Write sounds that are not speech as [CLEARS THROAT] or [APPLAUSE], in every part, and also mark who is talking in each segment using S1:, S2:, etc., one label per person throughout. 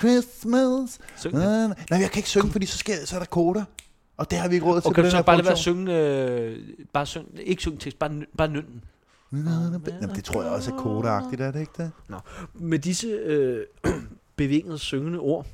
S1: Christmas.
S2: Syng
S1: Na,
S2: det.
S1: na, na. Nej, jeg kan ikke synge, fordi så, skal, så er der koder. Og det har vi ikke råd til.
S2: Og kan du
S1: på den
S2: så
S1: her
S2: bare lade være at
S1: produktion.
S2: synge, øh, bare synge, ikke synge tekst, bare, nø- bare nynden.
S1: Na, na, na. Jamen, det tror jeg også er koderagtigt, er det ikke det?
S3: Med disse øh, [CLEARS THROAT] bevingede, syngende ord,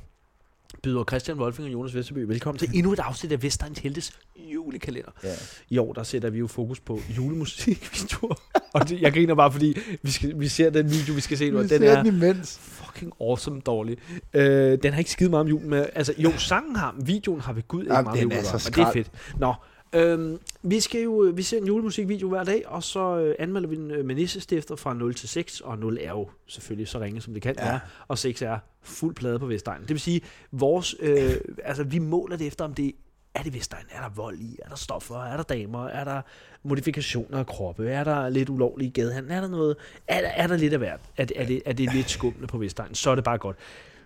S3: byder Christian Wolfing og Jonas Vesterby velkommen til endnu et afsnit af Vestegns Heltes julekalender.
S1: Ja.
S3: I år, der sætter vi jo fokus på [LAUGHS] julemusikvideoer. og det, jeg griner bare, fordi vi, skal, vi ser den video, vi skal se nu, og den er
S1: imens.
S3: fucking awesome dårlig. Øh, den har ikke skide meget om julen med. Altså, jo, sangen har, men videoen har ved Gud ikke
S1: Jamen,
S3: meget
S1: den
S3: med
S1: er
S3: julen at
S1: så
S3: gøre, og det er fedt. Nå, øhm, vi skal jo, vi ser en julemusikvideo hver dag, og så øh, anmelder vi den øh, med nissestifter fra 0 til 6, og 0 er jo selvfølgelig så ringe, som det kan
S1: Ja.
S3: ja. være, og 6 er fuld plade på Vestegn. Det vil sige, vores, øh, altså, vi måler det efter, om det er det Vestegn? Er der vold i? Er der stoffer? Er der damer? Er der modifikationer af kroppe? Er der lidt ulovlig gadehandel? Er der noget? Er der, er der lidt af hvert? Er, det- er, det, er det lidt skumle på Vestegn? Så er det bare godt.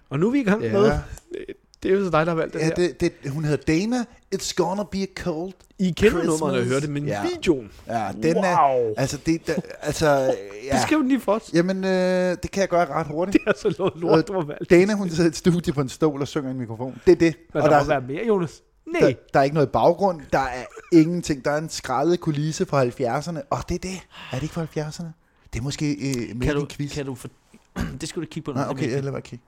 S3: Og nu er vi i gang
S1: Ja.
S3: med... Det er jo så dig, der har valgt det
S1: Ja,
S3: her. Det,
S1: det, det, hun hedder Dana. It's gonna be cold.
S3: I kender
S1: Christmas.
S3: nummeret, og hører det, men
S1: Ja.
S3: ja. videoen...
S1: Ja, den er...
S3: Wow.
S1: Altså, det, der, altså, ja.
S3: Beskriv den lige for os.
S1: Jamen, øh, det kan jeg gøre ret hurtigt.
S3: Det er så lort, lort du har valgt.
S1: Dana, hun sidder i et studie på en stol og synger i en mikrofon. Det er det.
S3: Men
S1: og
S3: der,
S1: der,
S3: må
S1: er,
S3: være mere, Jonas. Nej.
S1: der, der er ikke noget baggrund. Der er ingenting. Der er en skrællet kulisse fra 70'erne. Og det er det. Er det ikke fra 70'erne? Det er måske øh, mere
S2: Kan
S1: en
S2: du,
S1: quiz.
S2: kan du for, [CLEARS THROAT] det skal du kigge på. når
S1: Nej,
S2: det er
S1: okay,
S2: med.
S1: jeg lader være kigge.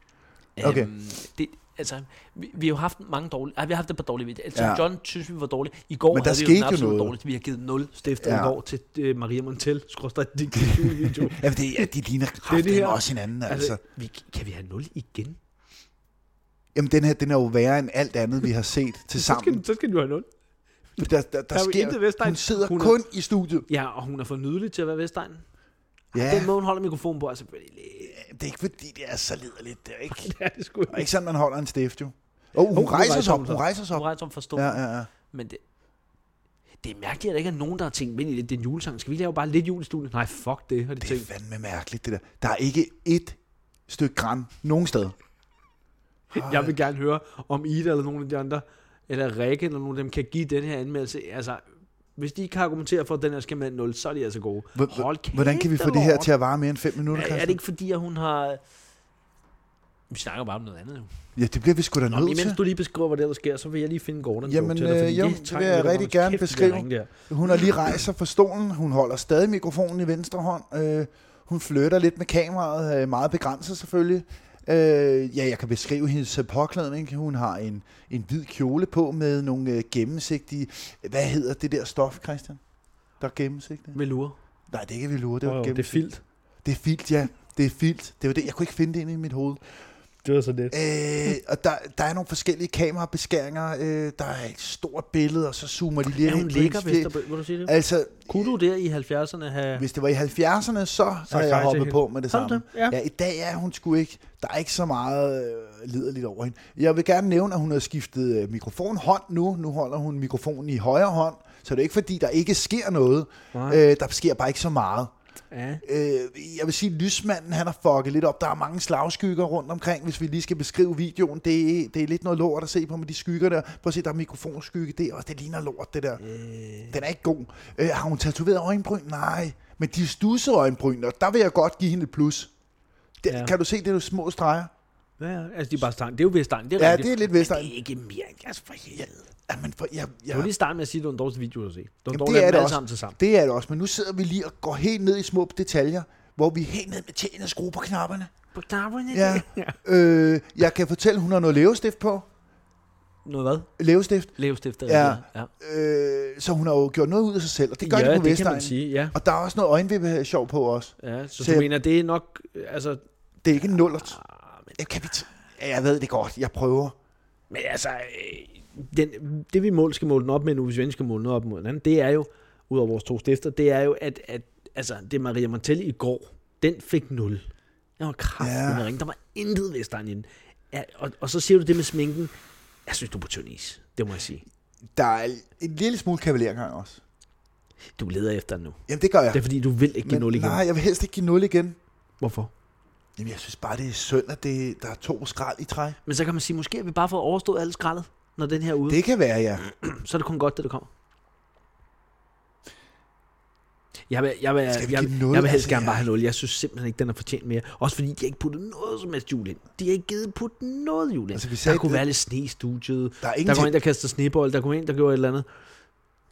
S1: Okay.
S2: Øhm, det, altså, vi, vi, har jo haft mange dårlige... Ej, vi har haft et par dårlige videoer. Altså,
S1: Ja.
S2: ja. John synes, vi var dårlige. I går
S1: Men der
S2: havde vi
S1: skete
S2: jo
S1: jo
S2: den absolut
S1: noget.
S2: dårligt. Vi har givet 0.
S3: Stifter
S1: Ja.
S3: ja. går til øh, Maria Montel, skråstrej din
S1: [LAUGHS]
S3: video.
S1: Ja, men det, ja, de ligner kraftigt
S3: her.
S1: også hinanden, altså.
S3: altså, vi, kan vi have 0 igen?
S1: Jamen, den her, den er jo værre end alt andet, vi har set til
S3: Så skal,
S1: sammen.
S3: så skal du have 0.
S1: Der, der, der,
S3: er jo intet
S1: sker,
S3: Vestegn.
S1: hun sidder
S3: Hun er-
S1: kun i studiet.
S3: Ja, og hun er for nydelig til at være Vestegnen. Ja.
S1: Ja,
S3: Den måde, hun holder mikrofonen på, er selvfølgelig...
S2: [LAUGHS]
S1: det er ikke fordi, det er så liderligt. Det er ikke,
S3: Ja, det skulle
S1: og ikke sådan, man holder en stift, jo. Åh, oh, hun,
S3: hun
S1: rejser
S3: rejser
S1: sig op,
S3: sig.
S1: hun rejser sig op.
S2: Korrekt som forstået.
S1: Ja,
S2: Ja.
S1: ja, ja.
S2: Men det, det er mærkeligt, at der ikke er nogen, der har tænkt, men i det, det er en julesang. Skal vi lave bare lidt jul i studiet? Nej, fuck det, har de
S1: Det er
S2: tænkt.
S1: fandme mærkeligt, det der. Der er ikke et stykke græn nogen steder.
S3: Jeg vil gerne høre, om Ida eller nogen af de andre, eller Rikke eller nogen af dem, kan give den her anmeldelse. Altså, hvis de ikke kan argumentere for, at den her skal med 0, så er de altså gode.
S1: H-
S3: Hold kæft,
S1: Hvordan kan vi få det her
S3: Lord.
S1: til at vare mere end 5 minutter,
S2: Er, er
S1: Christian?
S2: det ikke fordi, at hun har... Vi snakker bare om noget andet, jo.
S1: Ja, det bliver vi sgu da
S3: Nå, men
S1: nødt
S3: imens
S1: til.
S3: du lige beskriver, hvad der ellers sker, så vil jeg lige finde Gordon.
S1: Jamen,
S3: til dig,
S1: øh,
S3: fordi
S1: jo,
S3: det
S1: det
S3: tegner
S1: vil jeg
S3: lidt om,
S1: rigtig
S3: at hold
S1: gerne
S3: kæft,
S1: beskrive.
S3: det er ringe der.
S1: Hun har lige rejst sig fra stolen. Hun holder stadig mikrofonen i venstre hånd. Øh, hun flytter lidt med kameraet. Øh, meget begrænset selvfølgelig. Øh, ja, jeg kan beskrive hendes øh, påklædning. Hun har en, en hvid kjole på med nogle øh, gennemsigtige... Hvad hedder det der stof, Christian? Der er gennemsigtigt.
S2: Velure.
S1: Nej, det kan vi lure. Det,
S3: Åh,
S1: var
S3: jo, Det er
S1: gennemsigtigt.
S3: filt.
S1: Det er filt, ja. Det er filt. Det var det. Jeg kunne ikke finde det inde i mit hoved.
S3: Det var så det.
S1: Øh, og der, der er nogle forskellige kamerabeskæringer. Øh, der er et stort billede, og så zoomer de lige
S2: Er hun
S1: ind på
S2: lækker,
S1: hendes fjes.
S2: Vesterbø? Vil du sige det?
S1: Altså,
S3: Kunne du der i 70'erne have...
S1: hvis det var i 70'erne, så, så havde
S3: tak
S1: jeg
S3: til
S1: hoppet
S3: hende.
S1: på med det
S3: Har du
S1: samme.
S3: det? Ja.
S1: Ja, i dag er hun sgu ikke. Der er ikke så meget øh, liderligt over hende. Jeg vil gerne nævne, at hun har skiftet øh, mikrofonhånd nu. Nu holder hun mikrofonen i højre hånd. Så det er ikke fordi, der ikke sker noget.
S3: Nej.
S1: Øh, der sker bare ikke så meget.
S3: Ja.
S1: Øh, jeg vil sige, at lysmanden han har fucket lidt op. Der er mange slagskygger rundt omkring, hvis vi lige skal beskrive videoen. Det er, det er lidt noget lort at se på med de skygger der. Prøv at se, der er mikrofonskygge. Det, er også, det ligner lort, det der. Øh. Den er ikke god. Øh, har hun tatoveret øjenbryn? Nej. Men de er stussede øjenbryn, og der vil jeg godt give hende et plus. Det, ja.
S3: Ja.
S1: Kan du se, det er jo små streger?
S3: Ja, ja. altså de er bare stang. Det er jo Vestegn, det er Altså,
S1: Ja,
S3: rigtigt.
S1: det er lidt
S2: Men
S1: Vestegn.
S2: Det er ikke mere end jeres for helvede.
S1: Jamen, for, jeg,
S3: Jeg vil
S1: jeg,
S3: lige starte med at sige, at det var en dårlig video at se. Det var
S1: Jamen, det
S3: en dårlig
S1: er
S3: af
S1: det
S3: dem alle
S1: også.
S3: sammen til sammen.
S1: det er det også. Men nu sidder vi lige og går helt ned i små detaljer, hvor vi er helt ned med tæen og skruer på knapperne.
S2: På knapperne?
S1: Ja. Øh, jeg kan fortælle, hun har noget lævestift på.
S2: Noget hvad?
S1: Lævestift.
S2: Lævestifter.
S1: Ja.
S2: ja.
S1: Øh, så hun har jo gjort noget ud af sig selv, og det gør
S3: ja,
S1: de på
S3: det kan man
S1: Vestegnen.
S3: sige, ja.
S1: Og der er også noget øjenvippe sjov på også.
S3: ja så,
S1: Så
S3: du
S1: jeg-
S3: mener, det er nok... øh, Altså, ah,
S1: Det er ikke en nullert. Ja, kan vi t- ja, jeg ved det godt, jeg prøver.
S3: men altså, øh, den, det vi mål skal måle den op med nu, hvis vi endelig skal måle noget op mod den anden, det er jo, ud over vores to stifter, det er jo, at, at altså, det Maria Montelli i går, den fik 0. Jeg var kraftig
S1: Ja.
S3: ja. med ring. Der var intet Vestegn i den. Ja, og, og så siger du det med sminken. Jeg synes, du er på tynd is. Det må jeg sige.
S1: Der er en lille smule kavalergang også.
S3: Du leder efter den nu.
S1: Jamen, det gør jeg.
S3: Det er fordi, du vil ikke give 0 igen.
S1: nej, jeg vil helst ikke give 0 igen.
S3: Hvorfor?
S1: Jamen, jeg synes bare, det er synd, at det, der er to skrald i træ.
S2: Men så kan man sige, måske har vi bare fået overstået alt skraldet, når den her er ude. Det.
S1: Det kan være, ja.
S2: Så er det kun godt, det der kommer.
S3: Jeg vil, jeg vil, jeg,
S1: Skal vi
S3: jeg,
S1: give den nul?
S3: jeg vil helst
S1: Altså,
S3: gerne
S1: ja.
S3: bare have 0. Jeg synes simpelthen ikke, den er fortjent mere. Også fordi, de har ikke puttet noget som helst jul ind. De har ikke givet puttet noget jul ind.
S1: Altså, vi
S3: Altså, der
S1: sagde,
S3: kunne
S1: det-
S3: være lidt sne i studiet.
S1: Der er
S3: Der
S1: ingenting.
S3: kom en, der kaster snebold. Der kom en, der gjorde et eller andet.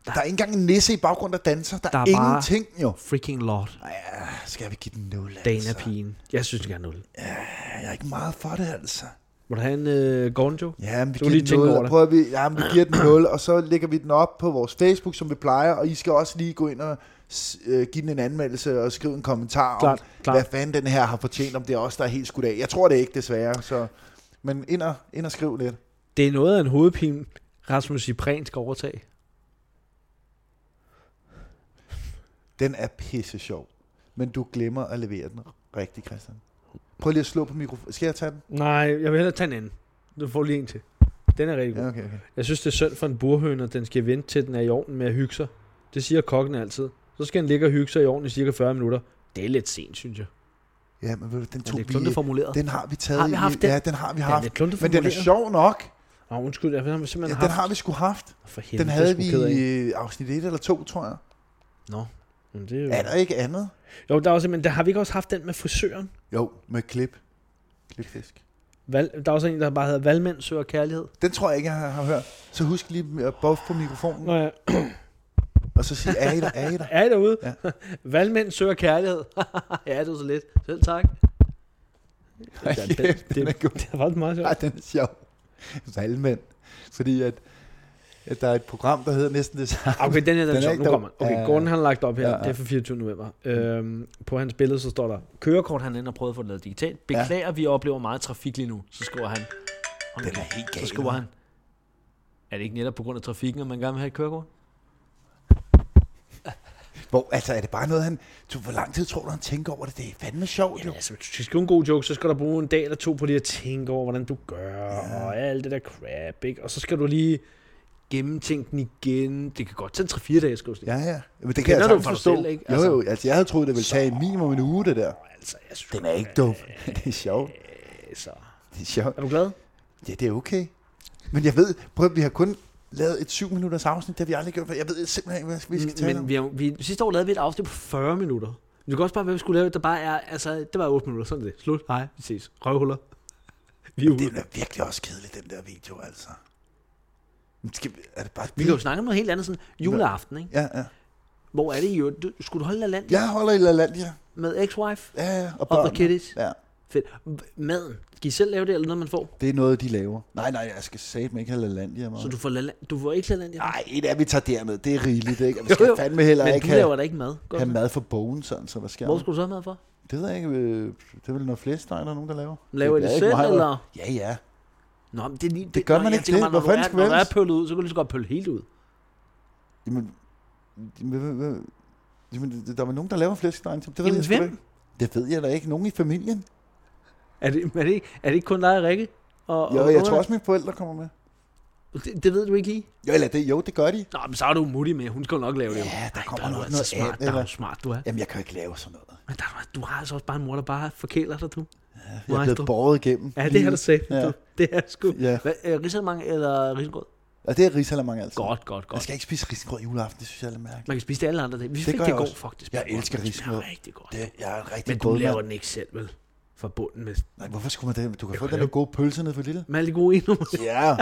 S1: Der er ikke engang en nisse i baggrund, der danser. Der,
S3: Der
S1: der
S3: er
S1: er
S3: bare-
S1: ingenting, jo.
S3: Freaking
S1: Altså-
S3: lord.
S1: Ja, skal vi give den 0, altså?
S3: Dana pigen. Jeg synes, den er 0.
S1: Ja, jeg er ikke meget for det, altså.
S3: Må du have en øh, Gonjo?
S1: Ja, men vi
S3: Du
S1: giver
S3: lige
S1: den
S3: tænke
S1: 0,
S3: over
S1: og
S3: det.
S1: prøver vi, ja, men vi giver den 0, og så lægger vi den op på vores Facebook, som vi plejer, og I skal også lige gå ind og s- øh, give den en anmeldelse og skrive en kommentar
S3: Klart,
S1: om,
S3: klart.
S1: hvad fanden den her har fortjent, om det er os, der er helt skudt af. Jeg tror det ikke, desværre, så... Men ind og, ind og skriv lidt.
S3: Det er noget af en hovedpine, Rasmus Ipren skal overtage.
S1: Den er pisse sjov, men du glemmer at levere den rigtig, Christian. Prøv lige at slå på mikrofonen. Skal jeg tage den?
S4: Nej, jeg vil hellere tage en anden. Du får lige en til. Den er rigtig god.
S1: Ja,
S4: Ja.
S1: okay, okay.
S4: Jeg synes, det er synd for en burhøne, at den skal vente til den er i ovnen med at hygge sig. Det siger kokken altid. Så skal den ligge og hygge sig i ovnen i cirka 40 minutter. Det er lidt sent, synes jeg.
S1: Ja, men ved du, den
S3: Er
S1: tog
S3: det
S1: vi...
S3: klundet formuleret?
S1: Den har vi taget
S3: Har vi
S1: i-
S3: haft den?
S1: Ja, den har vi
S4: Den er
S1: haft.
S4: lidt kluntet
S1: Men den er
S4: formuleret.
S1: sjov nok.
S4: Nå, undskyld, jeg har
S1: Ja,
S4: simpelthen
S1: den har vi sgu haft.
S4: For helvede,
S1: Den havde
S4: det er
S1: vi
S4: jeg sgu ked af.
S1: i afsnit 1 eller 2, tror jeg.
S4: Jamen, det er jo...
S1: Er der ikke andet?
S4: Jo, der er også, men der har vi ikke også haft den med frisøren?
S1: Jo, med klip. Klipfisk.
S4: Val, der er også en, der bare hedder Valmænd søger kærlighed.
S1: Den tror jeg ikke, jeg har, har hørt. Så husk lige at buffe på mikrofonen,
S4: Nå ja,
S1: og så sige, er I
S4: [LAUGHS]
S1: der, er I der?
S4: er I derude?
S1: Ja.
S4: Ja. [LAUGHS] Valmænd søger kærlighed. [LAUGHS] ja, det var så lidt. Selv tak.
S1: Ej,
S4: Ja,
S1: kæft, den er god.
S4: Det var meget sjovt.
S1: Ej, den er sjov. Valgmænd. Fordi at, at der er et program, der hedder næsten det samme.
S4: Okay, den her den
S1: Den
S4: er
S1: er
S4: sjov.
S1: ikke
S4: Nu
S1: dum.
S4: kommer den. Okay,
S1: Ja.
S4: Gordon han har lagt op her.
S1: Ja, ja.
S4: Det er fra 24. november. Øhm, på hans billede, så står der,
S3: Kørekort, han ender og prøver at få det lavet digitalt. Beklager, ja. vi oplever meget trafik lige nu. Så skriver han. Hold
S1: Den
S3: nu
S1: er
S3: kæft.
S1: helt
S3: Så
S1: gal,
S3: skriver
S1: mand.
S3: han. Er det ikke netop på grund af trafikken, at man gerne vil have et kørekort?
S1: Hvor, altså, er det bare noget, han... Du, hvor lang tid tror du, han tænker over det? Det er fandme sjovt, jo.
S4: Jamen, altså, hvis du skal skrive en god joke, så skal du bruge en dag eller to på lige at tænke over, hvordan du gør, ja. og alt det der crap, ikke? Og så skal du lige gennemtænke den igen. Det kan godt tage 3-4 dage, skal du sige.
S1: Ja, ja. Men det kan
S4: Kender
S1: jeg
S4: du
S1: sagtens
S4: fra dig
S1: forstå.
S4: selv, ikke?
S1: Jo,
S4: Altså-
S1: jo. Altså, jeg havde troet, det ville tage minimum en uge, det der.
S4: Altså, jeg synes,
S1: Den er ikke dum. [LAUGHS] Det er sjovt.
S4: så.
S1: Det er sjovt.
S4: Er du glad?
S1: Ja, det er okay. Men jeg ved, prøv at vi har kun lavet et syv minutters afsnit, det har vi aldrig gjort, for jeg ved simpelthen ikke, hvad vi skal tale
S3: Mm, Men
S1: om.
S3: vi, har, vi, sidste år lavede vi et afsnit på 40 minutter. Vi kan også bare, hvad vi skulle lave, der bare er, altså, det var 8 minutter, sådan er det. Slut, hej, vi ses. Røvhuller. [LAUGHS] Vi er ude.
S1: Det er virkelig også kedeligt, den der video, altså. Men Skal vi, er det bare
S3: Vi kan jo snakke om noget helt andet, sådan juleaften, ikke?
S1: Ja, ja.
S3: Hvor er det jo? Du, skulle du holde La land
S1: Jeg holder i LaLandia.
S3: med ex-wife
S1: Ja, ja. Og
S3: og the
S1: børn.
S3: kiddies?
S1: Ja,
S3: Fedt. M- Maden, skal I selv lave det, eller noget, man får?
S1: det er noget, de laver. Nej, nej, jeg skal satme ikke have LaLandia.
S3: Så du får, La du får ikke La land
S1: Nej, et af vi tager derned, det er rigeligt, ikke? Og vi
S3: Jo,
S1: skal
S3: jo.
S1: fandme heller
S3: Men
S1: ikke
S3: du
S1: have,
S3: laver da ikke mad. Godt.
S1: have mad for bogen, sådan, så hvad sker
S3: Hvor
S1: der?
S3: skulle du så have mad for?
S1: Det ved jeg ikke, øh, det er vel noget flæsteg, der er nogen, der laver.
S3: Laver I
S1: er
S3: det
S1: ikke
S3: selv,
S1: mig, vel?
S3: eller?
S1: Ja, ja.
S3: Nå, men det, er lige-
S1: Det gør
S3: nå,
S1: man
S3: jeg
S1: ikke
S3: tænker
S1: det.
S3: bare, når
S1: Hvorfor
S3: du er-
S1: skal vi
S3: Når du er
S1: ellers?
S3: pøllet ud, så kan du lige så godt pølle helt ud.
S1: Jamen, jamen, hvad- hvad- jamen der- der var nogen, der laver flæskesteg. Det ved
S3: Jamen,
S1: jeg sgu da
S3: hvem?
S1: ikke. Det ved jeg da ikke. Nogen i familien.
S3: Er det, er det, ikke, er det ikke kun dig og Rikke? Og,
S1: Jo,
S3: og
S1: jeg tror også, mine forældre kommer med.
S3: Det, det ved du ikke lige?
S1: Jo, eller det, jo, det gør de.
S3: Nå, men så er du mutti med. Hun skal jo nok lave det. jo.
S1: Ja, der
S3: Ej,
S1: kommer
S3: er du
S1: nok
S3: altså
S1: noget
S3: smart,
S1: andet,
S3: Der er
S1: eller?
S3: du smart, du er.
S1: Jamen, jeg kan jo ikke lave sådan noget.
S3: Men der, er- du har altså også bare en mor, der bare forkæler dig, du.
S1: Jeg er
S3: Nej, du-
S1: blevet båret igennem.
S4: Ja, det har du sagt.
S1: Ja.
S4: Ja. Det er sgu.
S1: Ja,
S3: Hvad, øh, risalemang eller risengrød?
S1: og det er risalamang altså.
S3: Godt, godt,
S1: Jeg
S3: godt.
S1: skal ikke spise risengrød juleaften, det synes jeg er lidt mærkeligt.
S3: Man kan spise det alle andre dage. Vi
S1: Det
S3: fik
S1: gør
S3: det i
S1: jeg
S3: går,
S1: også.
S3: fuck. Det
S1: Jeg
S3: smager
S1: elsker
S3: godt. Det smager
S1: risengrød.
S3: rigtig godt.
S1: Det, jeg er en rigtig
S3: Men du
S1: god
S3: laver
S1: mand.
S3: den ikke selv, vel? Fra bunden med,
S1: Nej, hvorfor skulle man det? Du kan få
S3: kan
S1: den der gode pølse ned for
S3: [LAUGHS]
S1: lille.
S3: med alle de gode endnu.
S1: Ja.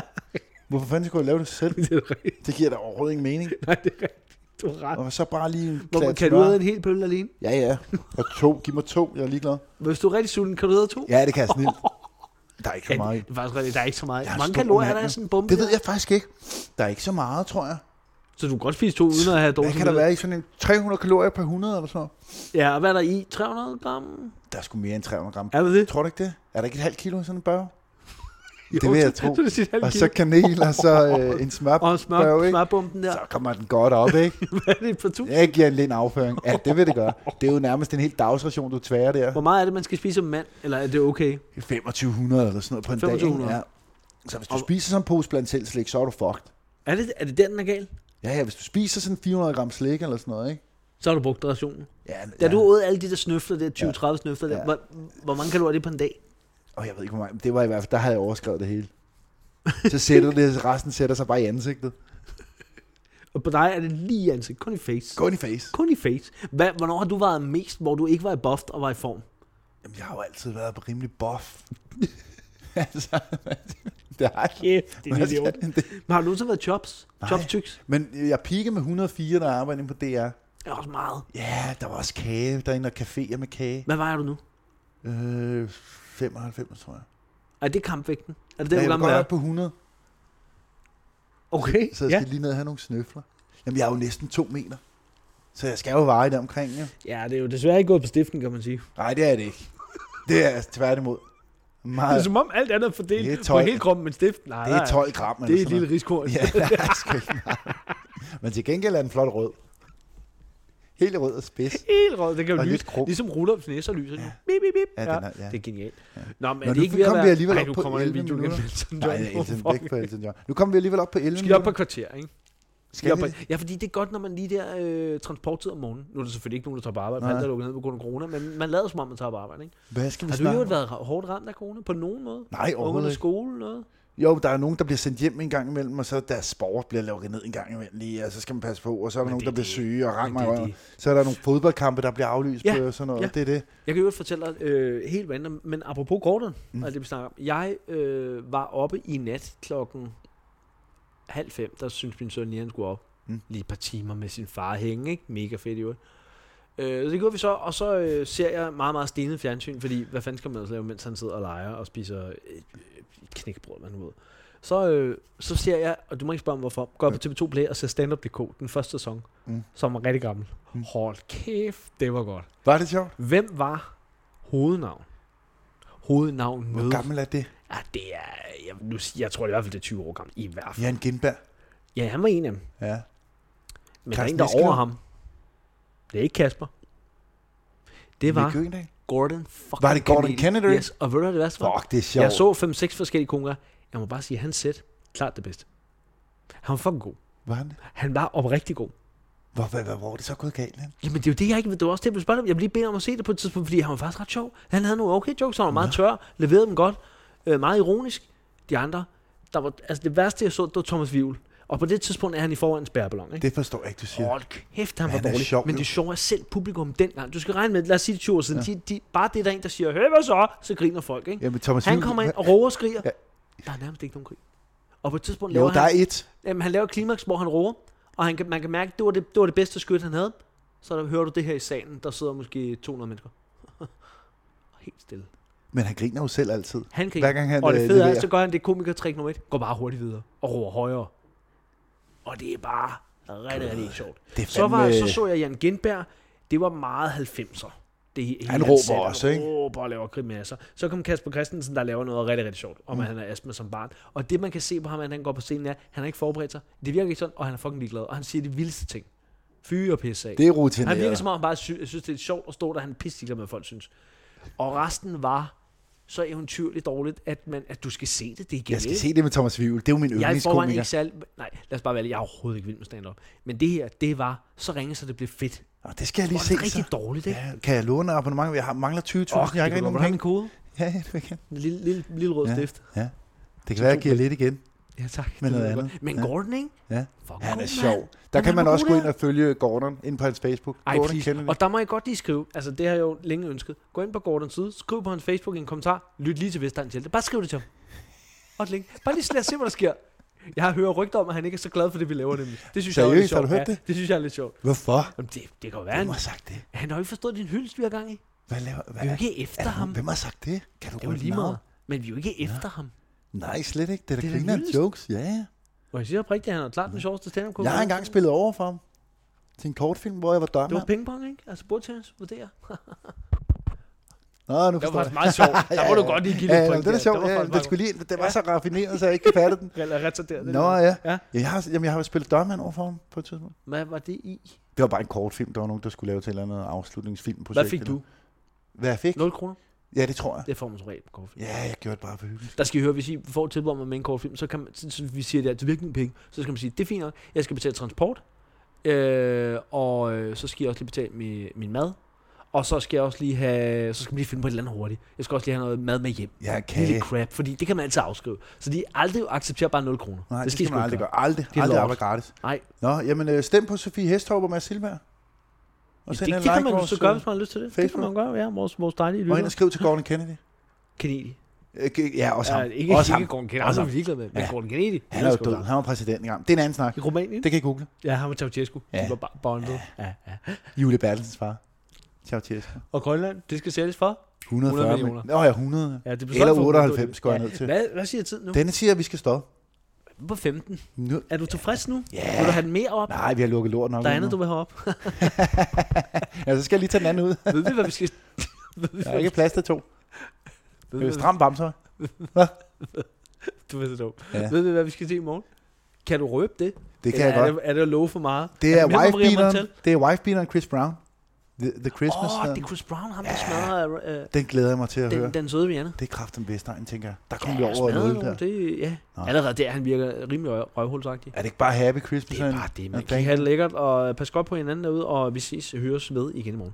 S1: Hvorfor fanden skulle jeg lave det selv?
S4: Det er rigtigt.
S1: Det giver da overhovedet ingen mening.
S4: Nej, det er rigtigt. Du har ret.
S1: Og så bare lige en
S3: Hvor,
S1: klat
S3: kan du
S1: smør.
S3: æde en hel pølle alene?
S1: Ja, ja. Og to. Giv mig to. Jeg er ligeglad.
S3: Hvis du er rigtig sulten, kan du æde to?
S1: Ja, det kan jeg snilt. Der er ikke så
S3: Ja,
S1: meget.
S3: det er faktisk rigtigt. Der er ikke så meget.
S1: Jeg er
S3: Hvor
S1: en
S3: mange
S1: stor
S3: kalorier er
S1: mand,
S3: der i
S1: jo.
S3: sådan en bombe?
S1: Det ved jeg faktisk ikke. Der er ikke så meget, tror jeg.
S3: Så du kan godt spise to, uden at have
S1: Hvad
S3: dårlig
S1: kan der
S3: samvittighed.
S1: være i sådan en 300 kalorier per 100 eller sådan noget?
S3: Ja, og hvad er der i? 300 gram?
S1: Der er sgu mere end 300 gram.
S3: Er det det?
S1: Tror du ikke det? Er der ikke et halvt kilo i sådan en børge?
S3: Jo,
S1: Det vil jeg
S3: så-
S1: tro.
S3: Så er det sit halve
S1: Og
S3: kilo.
S1: så kanel, og så
S3: [LAUGHS]
S1: øh, en
S3: Og
S1: smør,
S3: smør,
S1: smør, ikke?
S3: smørbomben der.
S1: Så kommer den godt op, ikke?
S3: [LAUGHS] Hvad er det for to?
S1: Jeg giver en lind afføring. Ja, det vil det gøre. Det er jo nærmest en hel dagsration, du tværer der.
S3: Hvor meget er det, man skal spise som mand? Eller er det okay?
S1: 2500 eller sådan noget på en
S3: 2500.
S1: dag. ikke? Ja. Så hvis du
S3: Og-
S1: spiser sådan en pose blandt selv slik, så er du fucked.
S3: Er det, er det der, den er gal?
S1: Ja, ja, hvis du spiser sådan 400 gram slik eller sådan noget, ikke?
S3: Så har du brugt rationen.
S1: Ja,
S3: Da
S1: ja.
S3: du åd alle de der snøfler der, 20-30 snøfler der,
S1: Ja.
S3: hvor, hvor mange kalorier er det på en dag?
S1: Og jeg ved ikke, hvor meget, men det var i hvert fald, der havde jeg overskrevet det hele. Så sætter det, resten sætter sig bare i ansigtet.
S3: Og på dig er det lige i ansigt. Kun i face.
S1: Gå ind i face.
S3: Kun i face. Hvad, hvornår har du været mest, hvor du ikke var i buffed og var i form?
S1: Jamen, jeg har jo altid været på rimelig buff. [LAUGHS] altså, [LAUGHS] det har jeg. [LAUGHS]
S3: Kæft, det er idiot. Men har du så været chops?
S1: Nej.
S3: Chops tyks?
S1: Men jeg pikkede med 104, der arbejder inde på DR.
S3: Det er også meget.
S1: Ja, der var også kage. Der er en af caféer med kage.
S3: Hvad vejer du nu?
S1: Øh, 95, tror jeg.
S3: Er det kampvægten? Er
S1: Det
S3: det
S1: er
S3: det, du
S1: jeg vil
S3: gerne vil
S1: godt
S3: være?
S1: op på 100,
S3: Okay,
S1: så jeg
S3: ja.
S1: skal lige ned og have nogle snøfler. Jamen, jeg er jo næsten to meter. Så jeg skal jo veje der omkring, ja.
S3: Ja, det er jo desværre ikke gået på stiften, kan man sige.
S1: Nej, det er det ikke. Det er altså tværtimod.
S3: Det er
S1: Meget,
S3: som om alt andet er fordelt
S1: Det er
S3: på
S1: tøj.
S3: hele kroppen, men stiften. Nej,
S1: det er 12 gram.
S3: Nej,
S1: eller
S3: det er et
S1: sådan noget.
S3: lille riskorn.
S1: Ja, [LAUGHS] der er sgu ikke meget. Men til gengæld er den flot rød. Helt rød og spids.
S3: [LAUGHS] Helt rød, det kan jo
S1: Og
S3: lyse.
S1: lidt krum.
S3: Ligesom Rudolfs næse og lyser. Ja. Bip, bip, bip.
S1: Ja, den er, ja.
S3: Det er genialt. Ja. Nå, men
S1: Nå,
S3: er det
S1: nu
S3: ikke ved at
S1: kom vi
S3: være...
S1: alligevel
S3: Ej,
S1: op
S3: nu
S1: på
S3: kommer der en
S1: 11
S3: video igen
S1: minutter.
S3: med Elton
S1: Nej,
S3: John.
S1: jeg er Elton,
S3: Hvorfor?
S1: væk fra Elton John. Nu kommer vi alligevel op på 11
S3: Skal de op på et kvarter, ikke?
S1: Skal
S3: Skal
S1: vi
S3: på,
S1: det?
S3: ja, fordi det er godt, når man lige der øh, transporttid om morgenen. Nu er der selvfølgelig ikke nogen, der tager på arbejde, for
S1: Nej.
S3: alt er lukket ned på grund af corona, men man lader som om, man tager på arbejde. Ikke?
S1: Hvad skal vi
S3: Har du
S1: snakke
S3: jo
S1: om?
S3: været ra- hårdt ramt af corona på nogen måde?
S1: Nej,
S3: Ungerne i
S1: overhovedet ikke.
S3: skole, noget?
S1: Jo, der er nogen, der bliver sendt hjem en gang imellem, og så deres sport bliver lukket ned en gang imellem lige, og så skal man passe på, og så er der
S3: Men
S1: nogen,
S3: det
S1: der
S3: er
S1: bliver
S3: det.
S1: syge og rammer
S3: Men det er
S1: og Så er der nogle fodboldkampe, der bliver aflyst
S3: Ja,
S1: på og sådan noget.
S3: ja.
S1: Det er det.
S3: Jeg kan jo fortælle dig øh, helt random, men apropos Gordon, mm. og det vi snakker om. Jeg øh, var oppe i nat klokken halv fem, der syntes min søn lige, han skulle op.
S1: Mm.
S3: Mm. Lige et par timer med sin far hænge, ikke? Mega fedt i øvrigt. Øh, så det gjorde vi så, og så øh, ser jeg meget, meget stenet fjernsyn, fordi hvad fanden skal man ellers lave, mens han sidder og leger og spiser øh, øh, knækbrød, man nu ved. Så, øh, så ser jeg, og du må ikke spørge mig hvorfor, går jeg på TV2 Play og ser stand-up.dk, den første sæson,
S1: Mm.
S3: mm. som var rigtig gammel.
S1: Mm.
S3: Mm. Hold kæft, det var godt.
S1: Var det sjovt?
S3: Hvem var hovednavn? Hovednavn
S1: Hvor
S3: med...
S1: gammel er det?
S3: Ja, det er... Jeg, nu, sig- jeg tror i hvert fald, det er 20 år gammel. I hvert fald.
S1: Jan Gindberg.
S3: Ja, han var en af dem.
S1: Ja.
S3: Men der er
S1: Carsten
S3: en, der er
S1: Eskelund?
S3: over ham. Det er ikke Kasper. Det var
S1: Mikke Øgendahl?
S3: Gordon fucking
S1: Var det Gordon Kennedy?
S3: Yes, og ved du, hvad det værste var?
S1: Fuck, det er sjovt.
S3: Jeg så 5-6 forskellige konger. Jeg må bare sige, at hans sæt klart det bedste. Han var fucking god.
S1: Var han det?
S3: Han var oprigtig god.
S1: Hvor, hvor, hvor, hvor er det så gået galt? Han?
S3: Jamen, det er jo det, jeg ikke ved. Det var også det, jeg blev spurgt om. Jeg blev lige bedt om at se det på et tidspunkt, fordi han var faktisk ret sjov. Han havde nogle okay jokes, han var meget tør, leverede dem godt, øh, meget ironisk. De andre, der var, altså det værste, jeg så, det var Thomas Vivl. Og på det tidspunkt er han i forvejen en spærreballon, ikke?
S1: Det forstår jeg ikke, du siger.
S3: Hold kæft, han
S1: Men
S3: var
S1: han er
S3: dårlig.
S1: sjov,
S3: men
S1: jo.
S3: det sjove er selv publikum dengang. Du skal regne med, lad os sige det 20 år siden. Ja. De, de, bare det, der er en, der siger, hey, hvad så? Så griner folk, ikke?
S1: Jamen, Thomas
S3: Han
S1: Juhl-
S3: kommer ind og råber og skriger.
S1: Ja.
S3: Der er nærmest ikke nogen krig. Og på et tidspunkt
S1: Jo,
S3: laver
S1: der
S3: han,
S1: er et.
S3: Jamen, han laver et klimaks, hvor han roer, og han kan, man kan mærke, at det var det, det, var det bedste skyt, han havde. Så der, hører du det her i salen, der sidder måske 200 mennesker. [LAUGHS] Helt stille.
S1: Men han griner jo selv altid.
S3: Han kan
S1: Hver gang han,
S3: og
S1: øh,
S3: det fede er,
S1: leverer.
S3: så gør han det komikertrik nummer et. Går bare hurtigt videre og roer højere. Og det er bare rigtig, rigtig sjovt.
S1: Det er
S3: Så, var,
S1: fandme-
S3: så så jeg Jan Genberg. Det var meget 90'er. Det he- hele
S1: Han
S3: hans
S1: råber
S3: sæt,
S1: også, ikke?
S3: Han råber og laver grimasser. Så kom Kasper Christensen, der laver noget rigtig, rigtig sjovt, om mm. at han har astma som barn. Og det, man kan se på ham, at han går på scenen, er, at han har ikke forberedt sig. Det virker ikke sådan, og han er fucking ligeglad. Og han siger de vildeste ting. Fyre og pisse af.
S1: Det er
S3: Han virker
S1: rutineret.
S3: som om, han bare sy- synes, det er sjovt at stå der, han pisser med, hvad folk synes. Og resten var så eventyrligt dårligt, at, man, at du skal se det. Det er
S1: Jeg skal
S3: genialt.
S1: se det med Thomas Vivel. Det er jo min
S3: Jeg er i forvejen
S1: yndlingskomiker.
S3: ikke særlig... Nej, lad os bare være ærlige, Jeg er overhovedet ikke vild med stand-up. Men det her, det var så ringe, så det blev fedt.
S1: Nå, det skal jeg lige
S3: Og
S1: se
S3: det er rigtig
S1: så.
S3: dårligt, ikke?
S1: Ja, kan jeg låne abonnement? Jeg har, mangler 20.000.
S3: Åh,
S1: jeg har ikke
S3: det
S1: nogen
S3: kunne godt have
S1: penge.
S3: en kode.
S1: Ja, ja, det kan.
S3: En lille, lille, lille rød
S1: Ja.
S3: ja. stift.
S1: Ja. Det kan være, jeg giver lidt igen.
S3: Ja, tak.
S1: Men
S3: Det
S1: noget
S3: lyder
S1: andet.
S3: godt. Men
S1: Ja.
S3: Gordon, ikke?
S1: Ja.
S3: Fuck,
S1: Han er
S3: god,
S1: sjov.
S3: mand.
S1: Der
S3: Han
S1: kan
S3: er
S1: man
S3: god
S1: også gå
S3: der.
S1: ind og følge Gordon ind på hans Facebook.
S3: Ej,
S1: Gordon
S3: please.
S1: Kennedy.
S3: Og der må jeg godt lige skrive, altså det har jeg jo længe ønsket. Gå ind på Gordons side, skriv på hans Facebook i en kommentar, lyt lige til Vestegn til det. Bare skriv det til ham. Og et link. Bare lige så lad os se, hvad der sker. Jeg har hørt rygter om, at han ikke er så glad for det, vi laver nemlig. Det synes jeg er lidt
S1: Seriøst? Har
S3: sjovt.
S1: du hørt
S3: ja,
S1: det?
S3: det? synes jeg er lidt sjovt.
S1: Hvorfor?
S3: Jamen, det, det kan jo være,
S1: Hvem
S3: han,
S1: har sagt det?
S3: han har jo ikke forstået din hyldest, vi har gang i.
S1: Hvad laver... Hvad?
S3: Vi er jo ikke efter
S1: er der,
S3: ham.
S1: nogen- Hvem har sagt det? Kan du
S3: Det er jo
S1: rykke
S3: lige
S1: navn?
S3: meget. Men vi er jo ikke efter ham.
S1: Nej, slet ikke. Det er da
S3: Det er da
S1: grineren
S3: hyldest.
S1: jokes. Ja, ja.
S3: Og jeg siger oprigtigt, at han er klart den sjoveste stand up
S1: Jeg har engang spillet over for ham. Til en kortfilm, hvor jeg var
S3: Det var
S1: dørmand.
S3: pingpong, ikke? Altså bordtennis, vurderer.
S1: Nå, nu
S3: Det var
S1: forstår jeg.
S3: faktisk meget
S1: [LAUGHS]
S3: sjovt. Der må du godt lige give lidt
S1: ja,
S3: point.
S1: det er
S3: der.
S1: sjovt.
S3: var
S1: Ja,
S3: faktisk
S1: det,
S3: meget
S1: skulle lige, det var så raffineret, så jeg ikke kan fatte den.
S3: godt. Eller retarderet. [LAUGHS] det
S1: Nå
S3: der.
S1: ja.
S3: Ja.
S1: ja. Jeg, har, jamen, jeg har spillet dørmand over for ham på et tidspunkt.
S3: Hvad var det i?
S1: Det var bare en kortfilm, der var nogen, der skulle lave til et eller andet afslutningsfilmprojekt.
S3: Hvad fik du?
S1: Hvad jeg fik?
S3: 0 kroner?
S1: Ja, det tror jeg.
S3: Det får man som regel på kortfilm.
S1: Ja, jeg gjorde det bare for hyggeligt.
S3: Der skal I høre, hvis I får et tilbud om at med en kortfilm, så kan man, så, så vi siger, det er til virkelig penge. Så skal man sige, det er fint nok, jeg skal betale transport, øh, og øh, så skal jeg også lige betale min, min mad. Og så skal jeg også lige have, så skal man lige finde på et eller andet hurtigt. Jeg skal også lige have noget mad med hjem.
S1: Ja,
S3: Lille
S1: kage.
S3: crap, fordi det kan man altid afskrive. Så de aldrig accepterer bare 0 kroner.
S1: Nej, det,
S3: I
S1: skal
S3: sgu
S1: man
S3: ikke
S1: aldrig gøre. Aldrig.
S3: er
S1: Aldrig
S3: lort.
S1: arbejde gratis.
S3: Nej.
S1: Nå, jamen øh, stem på Sofie Hestorp og Mads Silberg. Og
S3: Ja,
S1: send
S3: det,
S1: en
S3: det
S1: like
S3: kan man jo
S1: vores,
S3: så gøre,
S1: øh,
S3: hvis man har lyst til det. Det kan
S1: Facebook.
S3: man gøre, ja. Vores, vores dejlige
S1: Og ind og
S3: lytter.
S1: skriv til Gordon Kennedy.
S3: Kennedy.
S1: Øh, g- Ja, også ham.
S3: Ja, ikke,
S1: Også ham.
S3: ikke Gordon Kennedy.
S1: Også
S3: Altså,
S1: ham.
S3: vi er ligeglade med. Men
S1: Ja.
S3: Gordon Kennedy.
S1: Han er jo død. Han var præsident engang. Det er en anden snak.
S3: I Rumænien?
S1: Det kan I google.
S3: Ja, han var Ceausescu.
S1: Ja.
S3: Ja. De var bare bondet. Ja. ja.
S1: Julie Bertelsens far. Ciao, Tjesko.
S3: Og Grønland, det skal sælges for?
S1: 140
S3: 100 millioner.
S1: millioner. Nå ja, 100.
S3: Ja, det blev
S1: Eller
S3: solgt for
S1: 98,
S3: det.
S1: går jeg ned til.
S3: Hvad, hvad siger tiden nu?
S1: Denne siger, at vi skal stoppe.
S3: På 15.
S1: Nu.
S3: Er du tilfreds nu?
S1: Ja.
S3: Vil du have den mere op?
S1: Nej, vi har lukket lort nok.
S3: Der er
S1: ud
S3: andet,
S1: nu.
S3: du vil have
S1: [LAUGHS]
S3: op.
S1: Ja, så skal jeg lige tage den anden ud.
S3: Ved vi, hvad vi
S1: [LAUGHS]
S3: skal... Ved vi,
S1: Der
S3: hvad
S1: er
S3: vi
S1: ikke plads til to.
S3: Ved
S1: Det er
S3: vi,
S1: jo stram bamser.
S3: hvad- Du er så dum.
S1: Ja.
S3: Ved vi, hvad vi skal se i morgen? Kan du røbe det?
S1: Det kan jeg
S3: Eller er
S1: godt.
S3: Det, er det at love for meget?
S1: Det er
S3: det med Maria
S1: wifebeateren.
S3: Montel?
S1: Det er wifebeateren Chris Brown. The, the Christmas.
S3: Åh,
S1: øh,
S3: oh, det er Chris Brown, ham der smadrer øh,
S1: Den glæder jeg mig til at høre.
S3: den, den søde Vianna.
S1: Det er kraften Vestegn, tænker jeg. Der kom
S3: Ja,
S1: vi over
S3: smadrer
S1: noget
S3: nogen,
S1: der.
S3: Det, ja.
S1: Nå.
S3: Allerede der, han virker rimelig røv- røvhulsagtig.
S1: Er det ikke bare Happy Christmas?
S3: Det er
S1: man?
S3: bare det, man
S1: Okay.
S3: kan have det lækkert, og pas godt på hinanden derude, og vi ses, høres ved igen i morgen.